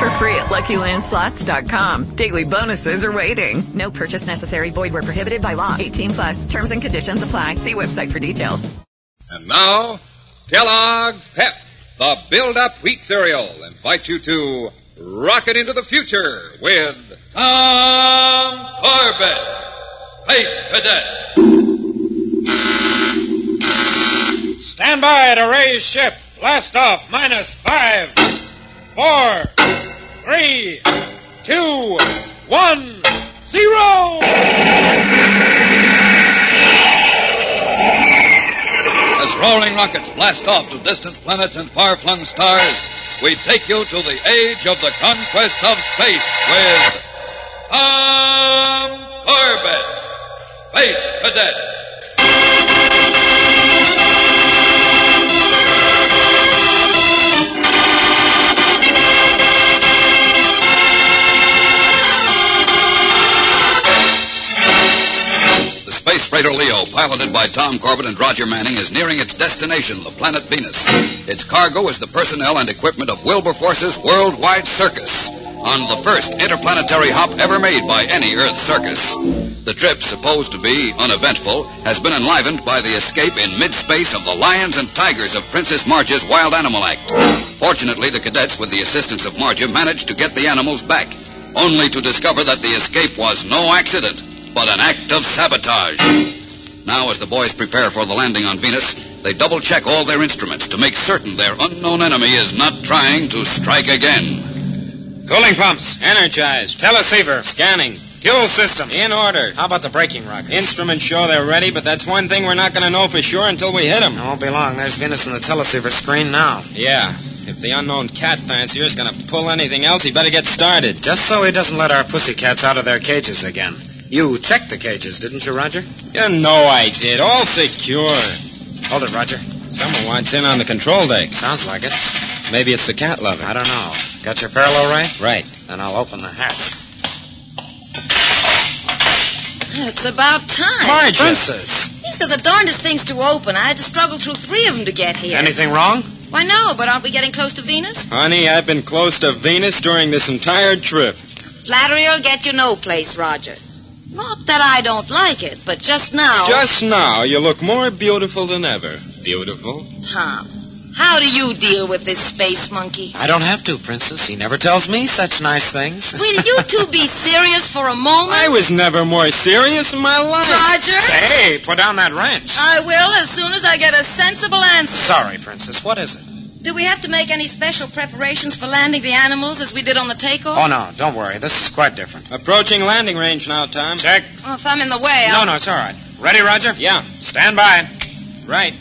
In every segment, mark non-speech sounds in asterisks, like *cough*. for free at LuckyLandSlots.com. Daily bonuses are waiting. No purchase necessary. Void where prohibited by law. 18 plus. Terms and conditions apply. See website for details. And now, Kellogg's Pep, the Build Up Wheat Cereal, invite you to rocket into the future with Tom Corbett, Space Cadet. Stand by to raise ship. Blast off minus five, four, three, two, one, zero. As roaring rockets blast off to distant planets and far flung stars, we take you to the age of the conquest of space with Tom Corbett, Space Cadet. The space freighter Leo, piloted by Tom Corbett and Roger Manning, is nearing its destination, the planet Venus. Its cargo is the personnel and equipment of Wilberforce's worldwide circus, on the first interplanetary hop ever made by any Earth circus. The trip, supposed to be uneventful, has been enlivened by the escape in mid-space of the lions and tigers of Princess March's Wild Animal Act. Fortunately, the cadets, with the assistance of Marja, managed to get the animals back, only to discover that the escape was no accident but an act of sabotage. Now, as the boys prepare for the landing on Venus, they double check all their instruments to make certain their unknown enemy is not trying to strike again. Cooling pumps energized. Teleceiver scanning. Fuel system in order. How about the braking rockets? Instruments show they're ready, but that's one thing we're not going to know for sure until we hit them. It won't be long. There's Venus in the teleceiver screen now. Yeah. If the unknown cat fancier's going to pull anything else, he better get started. Just so he doesn't let our pussycats out of their cages again. You checked the cages, didn't you, Roger? You know I did. All secure. Hold it, Roger. Someone wants in on the control deck. Sounds like it. Maybe it's the cat lover. I don't know. Got your parallel ray? Right. Then I'll open the hatch. It's about time. Princess! These are the darndest things to open. I had to struggle through three of them to get here. Anything wrong? Why, no, but aren't we getting close to Venus? Honey, I've been close to Venus during this entire trip. Flattery will get you no place, Roger. Not that I don't like it, but just now. Just now, you look more beautiful than ever. Beautiful? Tom, how do you deal with this space monkey? I don't have to, Princess. He never tells me such nice things. Will you *laughs* two be serious for a moment? I was never more serious in my life. Roger? Hey, put down that wrench. I will as soon as I get a sensible answer. Sorry, Princess. What is it? Do we have to make any special preparations for landing the animals as we did on the takeoff? Uh, Oh, no. Don't worry. This is quite different. Approaching landing range now, Tom. Check. Well, if I'm in the way, No, I'll... no, it's all right. Ready, Roger? Yeah. Stand by. Right.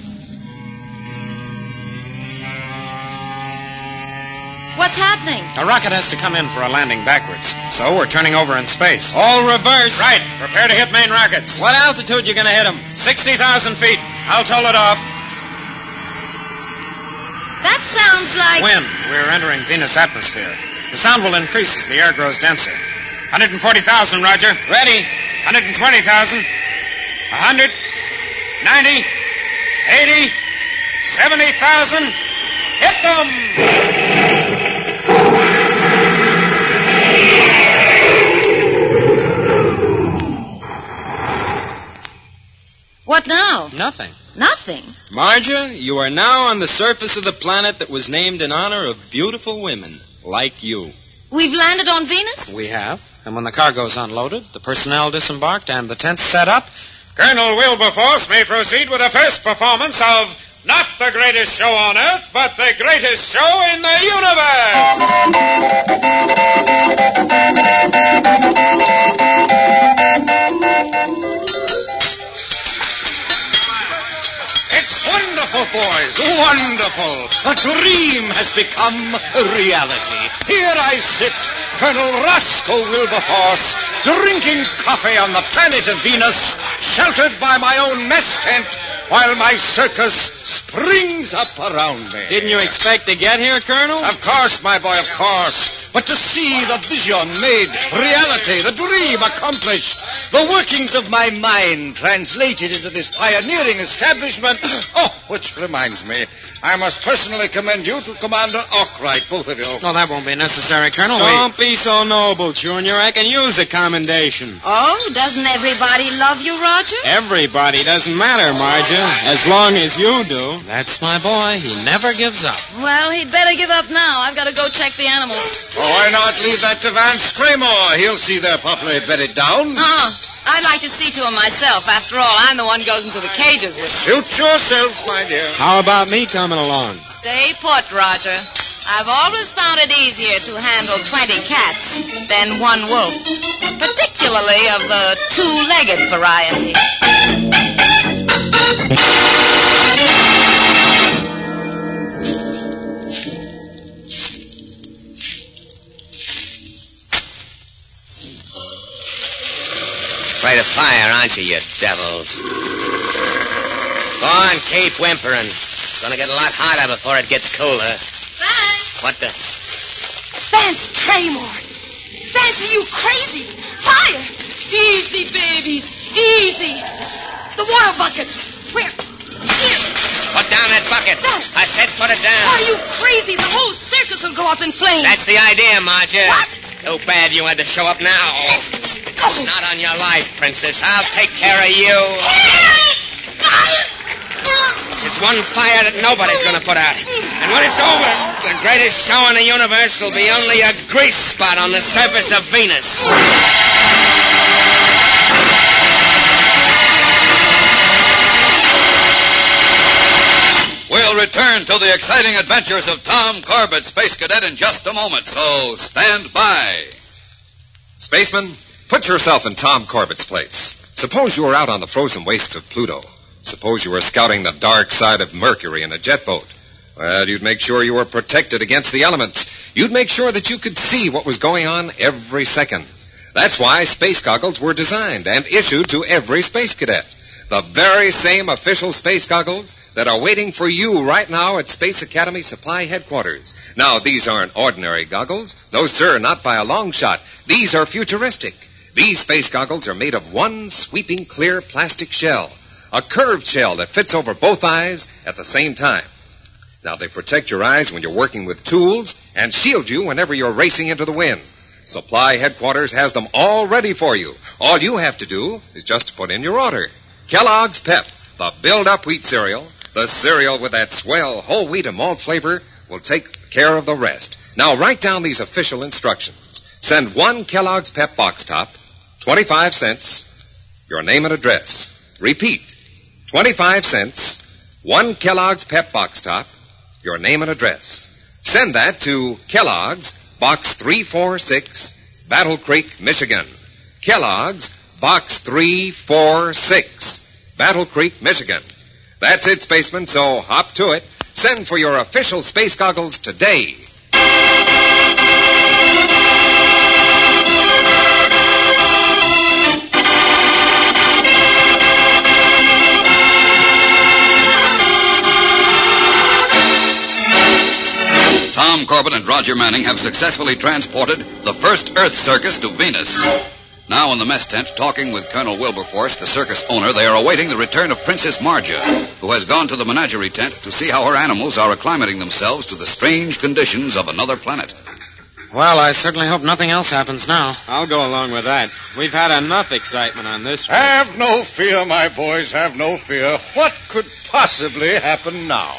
What's happening? A rocket has to come in for a landing backwards. So we're turning over in space. All reverse. Right. Prepare to hit main rockets. What altitude you gonna hit them? 60,000 feet. I'll toll it off. That sounds like... When we're entering Venus atmosphere, the sound will increase as the air grows denser. 140,000, Roger. Ready. 120,000. 100, 90, 80, 70,000. Hit them! What now? Nothing. Nothing. Marja, you are now on the surface of the planet that was named in honor of beautiful women like you. We've landed on Venus? We have. And when the cargo's unloaded, the personnel disembarked, and the tents set up, Colonel Wilberforce may proceed with the first performance of not the greatest show on earth, but the greatest show in the universe! It's wonderful, boys. Wonderful. A dream has become a reality. Here I sit, Colonel Roscoe Wilberforce, drinking coffee on the planet of Venus, sheltered by my own mess tent, while my circus springs up around me. Didn't you expect to get here, Colonel? Of course, my boy, of course. But to see the vision made reality, the dream accomplished, the workings of my mind translated into this pioneering establishment. *clears throat* Oh, which reminds me, I must personally commend you to Commander Arkwright, both of you. No, that won't be necessary, Colonel. Don't be so noble, Junior. I can use the commendation. Oh, doesn't everybody love you, Roger? Everybody doesn't matter, Marja, as long as you do. We... That's my boy. He never gives up. Well, he'd better give up now. I've got to go check the animals. Oh, why not leave that to Vance Tremor? He'll see their poplar bedded down. Uh-uh. I'd like to see to them myself. After all, I'm the one goes into the cages with. Shoot yourself, my dear. How about me coming along? Stay put, Roger. I've always found it easier to handle 20 cats than one wolf, particularly of the two-legged variety. Afraid of fire, aren't you, you devils? Go on, keep whimpering. It's gonna get a lot hotter before it gets cooler. Thanks. What the? Vance Tramore. Vance, are you crazy? Fire! Easy, babies. Easy. The water bucket. Where? Here. Put down that bucket. Vance. I said put it down. Are you crazy? The whole circus will go up in flames. That's the idea, Marja. What? Too bad you had to show up now. go. Not on your life, Princess. I'll take care of you. This is one fire that nobody's going to put out. And when it's over, the greatest show in the universe will be only a grease spot on the surface of Venus. We'll return to the exciting adventures of Tom Corbett, Space Cadet, in just a moment, so stand by. Spaceman, put yourself in Tom Corbett's place. Suppose you were out on the frozen wastes of Pluto. Suppose you were scouting the dark side of Mercury in a jet boat. Well, you'd make sure you were protected against the elements. You'd make sure that you could see what was going on every second. That's why space goggles were designed and issued to every space cadet. The very same official space goggles that are waiting for you right now at Space Academy Supply Headquarters. Now, these aren't ordinary goggles. No, sir, not by a long shot. These are futuristic. These space goggles are made of one sweeping clear plastic shell a curved shell that fits over both eyes at the same time. Now, they protect your eyes when you're working with tools and shield you whenever you're racing into the wind. Supply Headquarters has them all ready for you. All you have to do is just put in your order. Kellogg's Pep, the Build Up Wheat Cereal, the cereal with that swell whole wheat and malt flavor, will take care of the rest. Now, write down these official instructions. Send one Kellogg's Pep box top, 25 cents, your name and address. Repeat, 25 cents, one Kellogg's Pep Box Top, your name and address. Send that to Kellogg's, Box 346, Battle Creek, Michigan. Kellogg's, Box 346, Battle Creek, Michigan. That's it, spaceman, so hop to it. Send for your official space goggles today. Tom Corbett and Roger Manning have successfully transported the first Earth circus to Venus. Now in the mess tent, talking with Colonel Wilberforce, the circus owner, they are awaiting the return of Princess Marja, who has gone to the menagerie tent to see how her animals are acclimating themselves to the strange conditions of another planet. Well, I certainly hope nothing else happens now. I'll go along with that. We've had enough excitement on this trip. Have no fear, my boys, have no fear. What could possibly happen now?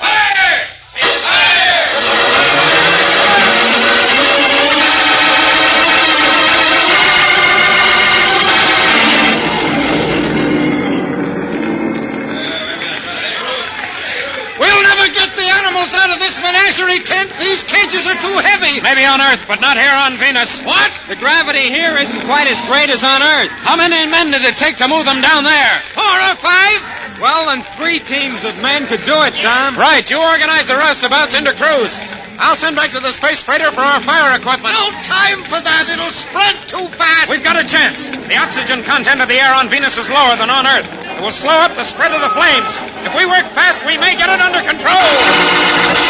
We'll never get the animals out of this menagerie tent. These cages are too heavy. Maybe on Earth, but not here on Venus. What? The gravity here isn't quite as great as on Earth. How many men did it take to move them down there? Four or five? Well, and three teams of men could do it, Tom. Right. You organize the roustabouts into crews. I'll send back to the space freighter for our fire equipment. No time for that. It'll spread too fast. We've got a chance. The oxygen content of the air on Venus is lower than on Earth. It will slow up the spread of the flames. If If we work fast, we may get it under control.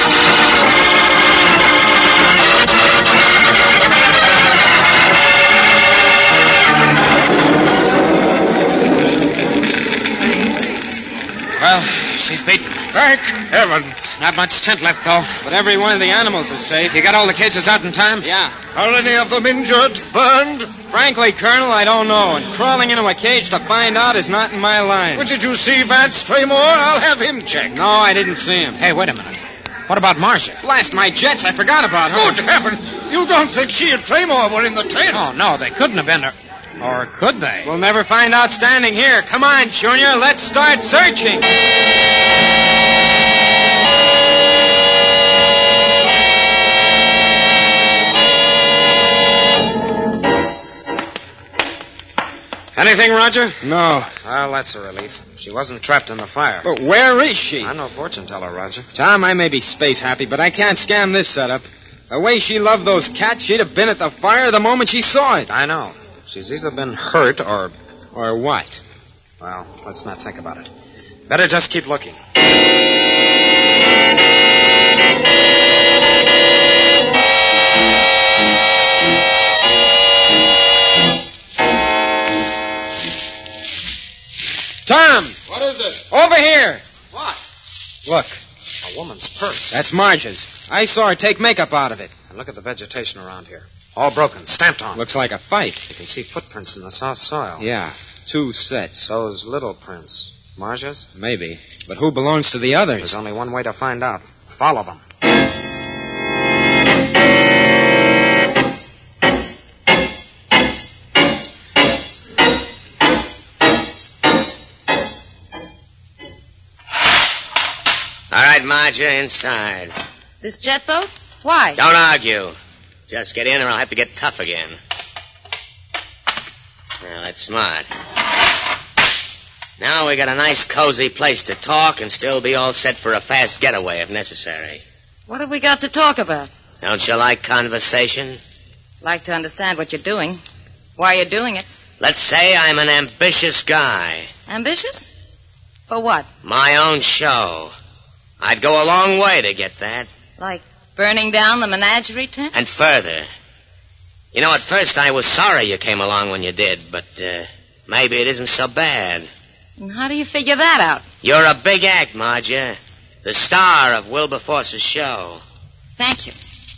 Well, she's beaten. Thank heaven. Not much tent left, though. But every one of the animals is safe. You got all the cages out in time? Yeah. Are any of them injured? Burned? Frankly, Colonel, I don't know. And crawling into a cage to find out is not in my line. What did you see Vance Traymore? I'll have him checked. No, I didn't see him. Hey, wait a minute. What about Marcia? Blast my jets, I forgot about her. Good heaven! You don't think she and Traymore were in the tent? Oh, no, they couldn't have been. Or could they? We'll never find out standing here. Come on, Junior, let's start searching. Anything, Roger? No. Well, that's a relief. She wasn't trapped in the fire. But where is she? I'm no fortune teller, Roger. Tom, I may be space happy, but I can't scan this setup. The way she loved those cats, she'd have been at the fire the moment she saw it. I know. She's either been hurt or. Or what? Well, let's not think about it. Better just keep looking. Tom! What is it? Over here! What? Look, A woman's purse. that's Marge's. I saw her take makeup out of it. And look at the vegetation around here. All broken, stamped on. Looks like a fight. You can see footprints in the soft soil. Yeah, two sets. Those little prints. Marja's? Maybe. But who belongs to the others? There's only one way to find out. Follow them. All right, Marge, you're inside. This jet boat? Why? Don't argue. Just get in or I'll have to get tough again. Now, that's smart. Now we got a nice cozy place to talk and still be all set for a fast getaway if necessary. What have we got to talk about? Don't you like conversation? Like to understand what you're doing. Why you're doing it. Let's say I'm an ambitious guy. Ambitious? For what? My own show. I'd go a long way to get that. Like burning down the menagerie tent? And further. You know, at first I was sorry you came along when you did, but uh, maybe it isn't so bad. And how do you figure that out? You're a big act, Marge. eh? The star of Wilberforce's show. Thank you.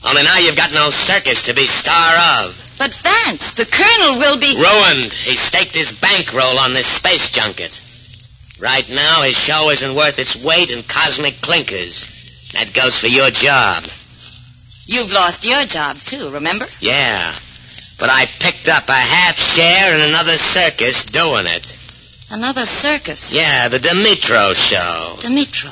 Only now you've got no circus to be star of. But Vance, the colonel will be. Ruined. He staked his bankroll on this space junket. Right now, his show isn't worth its weight in cosmic clinkers. That goes for your job. You've lost your job too, remember? Yeah. But I picked up a half share in another circus doing it. Another circus. Yeah, the Dimitro show. Dimitro.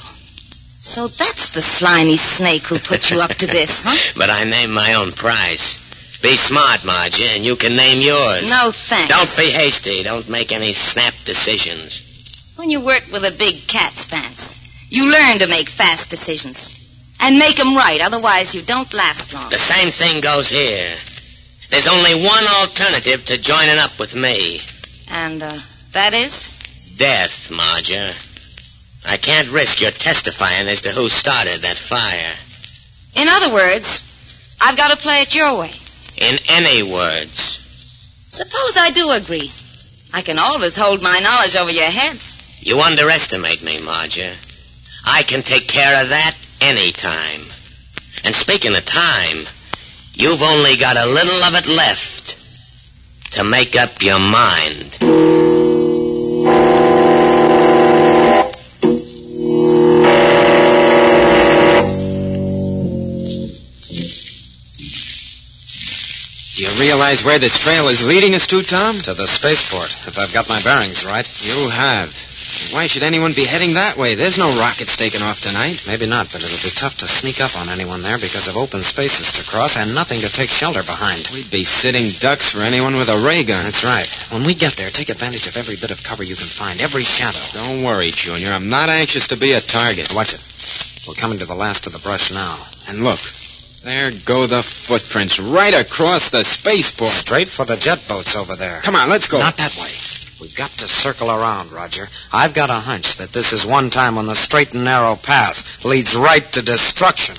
So that's the slimy snake who put you up to this, *laughs* huh? But I named my own price. Be smart, Marge, and you can name yours. No thanks. Don't be hasty. Don't make any snap decisions. When you work with a big cat's pants, you learn to make fast decisions. And make 'em right, otherwise you don't last long. The same thing goes here. There's only one alternative to joining up with me. And, uh, that is? Death, Marge. I can't risk your testifying as to who started that fire. In other words, I've got to play it your way. In any words, Suppose I do agree. I can always hold my knowledge over your head. you underestimate me, Marge. I can take care of that any time. And speaking of time, you've only got a little of it left to make up your mind. Do you realize where this trail is leading us to, Tom? To the spaceport, if I've got my bearings right. You have. Why should anyone be heading that way? There's no rockets taking off tonight. Maybe not, but it'll be tough to sneak up on anyone there because of open spaces to cross and nothing to take shelter behind. We'd be sitting ducks for anyone with a ray gun. That's right. When we get there, take advantage of every bit of cover you can find, every shadow. Don't worry, Junior. I'm not anxious to be a target. Watch it. We're coming to the last of the brush now. And look, there go the footprints right across the spaceport. Straight for the jet boats over there. Come on, let's go. Not that way. We've got to circle around, Roger. I've got a hunch that this is one time when the straight and narrow path leads right to destruction.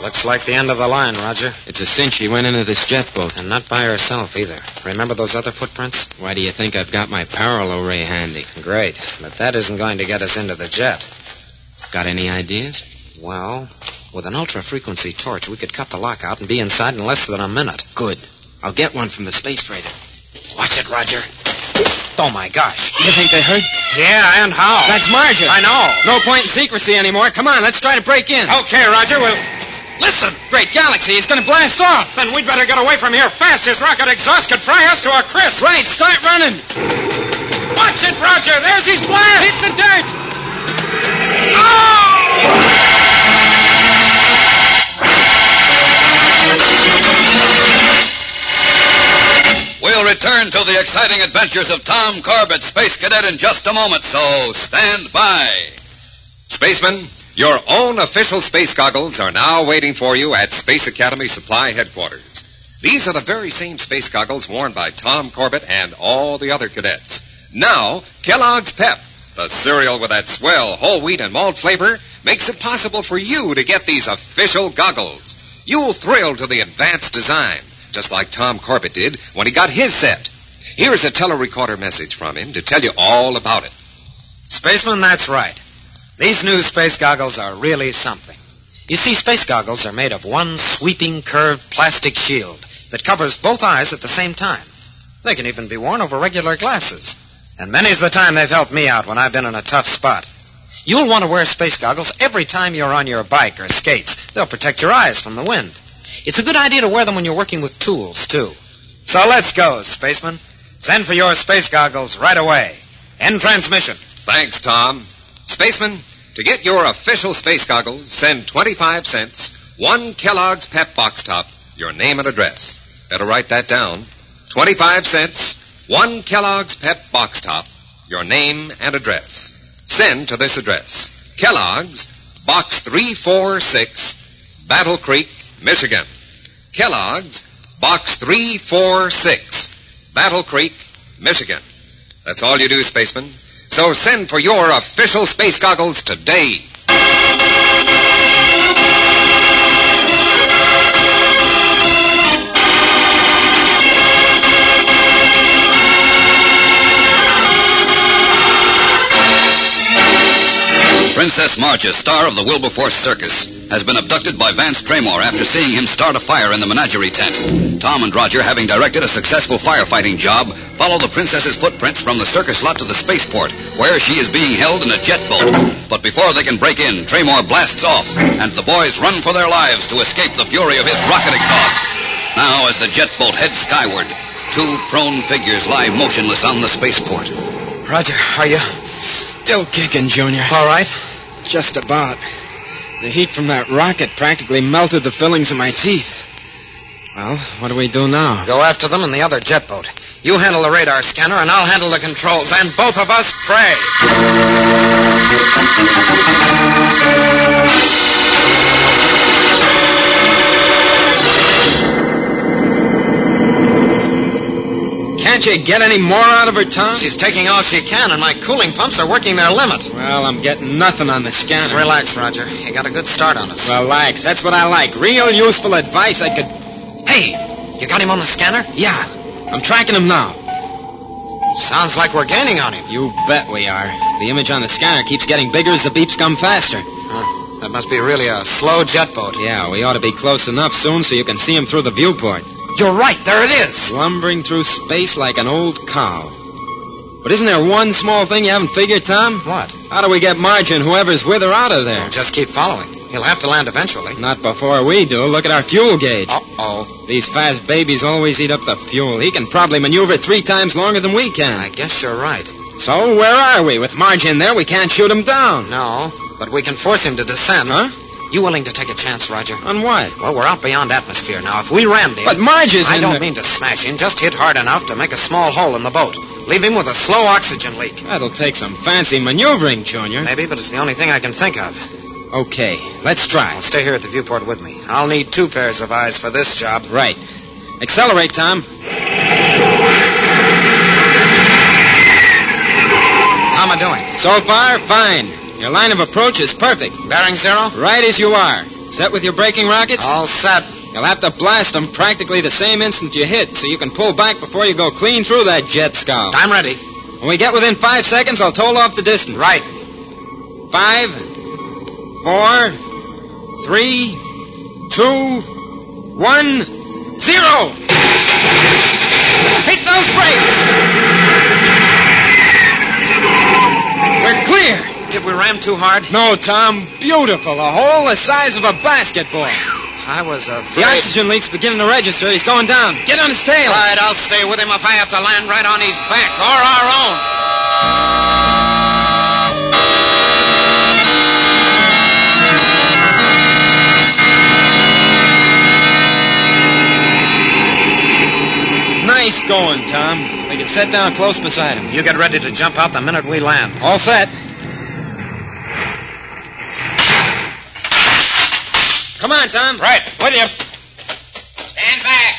Looks like the end of the line, Roger. It's a cinch she went into this jet boat. And not by herself either. Remember those other footprints? Why do you think I've got my parallel ray handy? Great, but that isn't going to get us into the jet. Got any ideas? Well, with an ultra frequency torch, we could cut the lock out and be inside in less than a minute. Good. I'll get one from the space freighter. Watch it, Roger. Oh my gosh. You think they heard? Yeah, and how? That's Marge. I know. No point in secrecy anymore. Come on, let's try to break in. Okay, Roger, we'll. Listen! Great Galaxy, it's gonna blast off! Then we'd better get away from here fast. This rocket exhaust could fry us to a crisp. Right, start running! Watch it, Roger! There's his blast! Hit the dirt! Oh! We'll return to the exciting adventures of Tom Corbett, Space Cadet, in just a moment, so stand by. Spacemen, your own official space goggles are now waiting for you at Space Academy Supply Headquarters. These are the very same space goggles worn by Tom Corbett and all the other cadets. Now, Kellogg's Pep, the cereal with that swell whole wheat and malt flavor, makes it possible for you to get these official goggles. You'll thrill to the advanced design, just like Tom Corbett did when he got his set. Here's a telerecorder message from him to tell you all about it. Spaceman, that's right. These new space goggles are really something. You see, space goggles are made of one sweeping curved plastic shield that covers both eyes at the same time. They can even be worn over regular glasses. And many's the time they've helped me out when I've been in a tough spot. You'll want to wear space goggles every time you're on your bike or skates. They'll protect your eyes from the wind. It's a good idea to wear them when you're working with tools, too. So let's go, spaceman. Send for your space goggles right away. End transmission. Thanks, Tom. Spacemen, to get your official space goggles, send 25 cents, one Kellogg's Pep Box Top, your name and address. Better write that down. 25 cents, one Kellogg's Pep Box Top, your name and address. Send to this address. Kellogg's, Box 346, Battle Creek, Michigan. Kellogg's, Box 346, Battle Creek, Michigan. That's all you do, spacemen. So send for your official space goggles today. Princess Marcia, star of the Wilberforce Circus, has been abducted by Vance Tramore after seeing him start a fire in the menagerie tent. Tom and Roger, having directed a successful firefighting job, follow the princess's footprints from the circus lot to the spaceport, where she is being held in a jet boat. But before they can break in, Tramore blasts off, and the boys run for their lives to escape the fury of his rocket exhaust. Now, as the jet boat heads skyward, two prone figures lie motionless on the spaceport. Roger, are you still kicking, Junior? All right. Just about. The heat from that rocket practically melted the fillings of my teeth. Well, what do we do now? Go after them in the other jet boat. You handle the radar scanner, and I'll handle the controls, and both of us pray. Can't you get any more out of her, Tom? She's taking all she can, and my cooling pumps are working their limit. Well, I'm getting nothing on the scanner. Relax, Roger. You got a good start on us. Relax. That's what I like. Real useful advice I could. Hey, you got him on the scanner? Yeah. I'm tracking him now. Sounds like we're gaining on him. You bet we are. The image on the scanner keeps getting bigger as the beeps come faster. Huh. That must be really a slow jet boat. Yeah, we ought to be close enough soon so you can see him through the viewport. You're right, there it is. Lumbering through space like an old cow. But isn't there one small thing you haven't figured, Tom? What? How do we get Marge and whoever's with her out of there? Oh, just keep following. He'll have to land eventually. Not before we do. Look at our fuel gauge. Uh-oh. These fast babies always eat up the fuel. He can probably maneuver three times longer than we can. I guess you're right. So where are we? With Marge in there, we can't shoot him down. No, but we can force him to descend. Huh? You willing to take a chance, Roger? On what? Well, we're out beyond atmosphere now. If we rammed him... But Marge is I in don't the- mean to smash him. Just hit hard enough to make a small hole in the boat. Leave him with a slow oxygen leak. That'll take some fancy maneuvering, Junior. Maybe, but it's the only thing I can think of. Okay, let's try. Well, stay here at the viewport with me. I'll need two pairs of eyes for this job. Right. Accelerate, Tom. How am I doing? So far, fine. Your line of approach is perfect. Bearing zero? Right as you are. Set with your braking rockets? All set. You'll have to blast them practically the same instant you hit, so you can pull back before you go clean through that jet scow. I'm ready. When we get within five seconds, I'll toll off the distance. Right. Five, four, three, two, one, zero. Hit those brakes. We're clear. Did we ram too hard? No, Tom. Beautiful. A hole the size of a basketball. I was The afraid. oxygen leak's beginning to register. He's going down. Get on his tail. All right, I'll stay with him if I have to land right on his back or our own. Nice going, Tom. We can set down close beside him. You get ready to jump out the minute we land. All set. Come on, Tom. Right, with you. Stand back.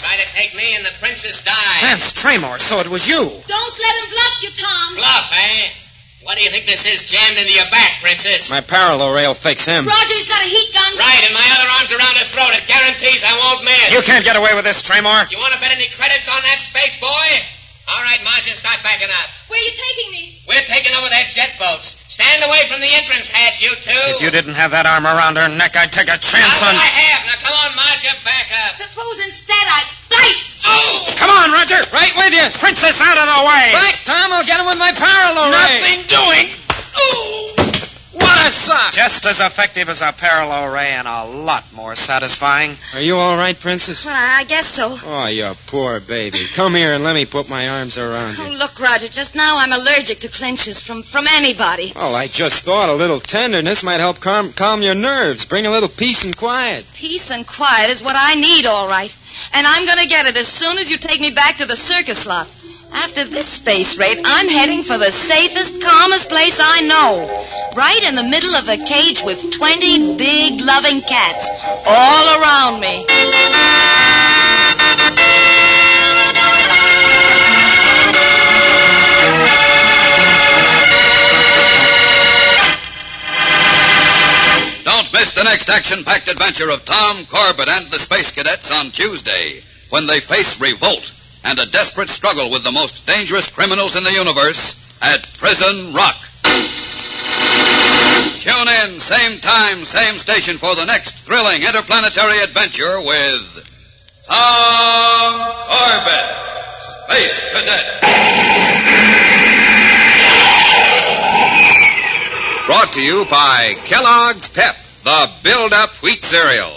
Try to take me and the princess die. Vance Tremor, so it was you. Don't let him bluff you, Tom. Bluff, eh? What do you think this is jammed into your back, princess? My parallel rail fix him. Roger's got a heat gun. Right, and my other arm's around her throat. It guarantees I won't miss. You can't get away with this, Tremor. You want to bet any credits on that space boy? All right, Martian, start backing up. Where are you taking me? We're taking over their jet boats. Stand away from the entrance hatch, you two. If you didn't have that arm around her neck, I'd take a chance Not what I on. have. Now come on, Marge, you back up. Suppose instead I bite. Oh! Come on, Roger. Right with you. Princess out of the way. Back, Tom. I'll get him with my parallel rail. Nothing doing. What a sock. Just as effective as a parallel ray and a lot more satisfying. Are you all right, Princess? Ah, I guess so. Oh, you poor baby. Come here and let me put my arms around Oh, you. look, Roger, just now I'm allergic to clinches from, from anybody. Well, I just thought a little tenderness might help calm, calm your nerves, bring a little peace and quiet. Peace and quiet is what I need, all right. And I'm going to get it as soon as you take me back to the circus lot. After this space raid, I'm heading for the safest, calmest place I know. Right in the middle of a cage with 20 big, loving cats all around me. Don't miss the next action-packed adventure of Tom Corbett and the Space Cadets on Tuesday when they face revolt and a desperate struggle with the most dangerous criminals in the universe at Prison Rock. Tune in same time, same station for the next thrilling interplanetary adventure with Tom Corbett, Space Cadet. Brought to you by Kellogg's Pep, the Build Up Wheat Cereal.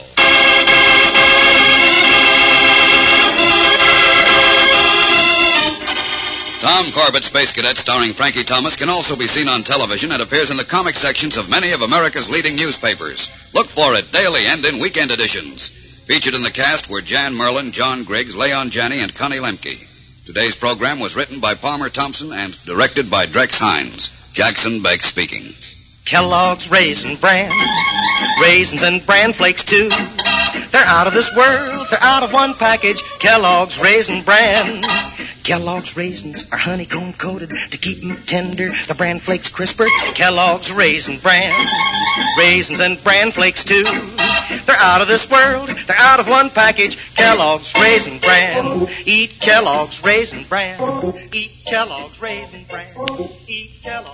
Tom Corbett, Space Cadet, starring Frankie Thomas, can also be seen on television and appears in the comic sections of many of America's leading newspapers. Look for it daily and in weekend editions. Featured in the cast were Jan Merlin, John Griggs, Leon Janney, and Connie Lemke. Today's program was written by Palmer Thompson and directed by Drex Hines. Jackson Beck speaking. Kellogg's Raisin Bran. Raisins and bran flakes, too. They're out of this world. They're out of one package. Kellogg's Raisin Bran. Kellogg's raisins are honeycomb coated to keep 'em tender. The bran flakes crisper. Kellogg's Raisin Bran. Raisins and bran flakes, too. They're out of this world. They're out of one package. Kellogg's Raisin Bran. Eat Kellogg's Raisin Bran. Eat Kellogg's Raisin Bran. Eat Kellogg's.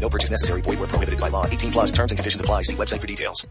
No purchase necessary. Void where prohibited by law. 18 plus terms and conditions apply. See website for details.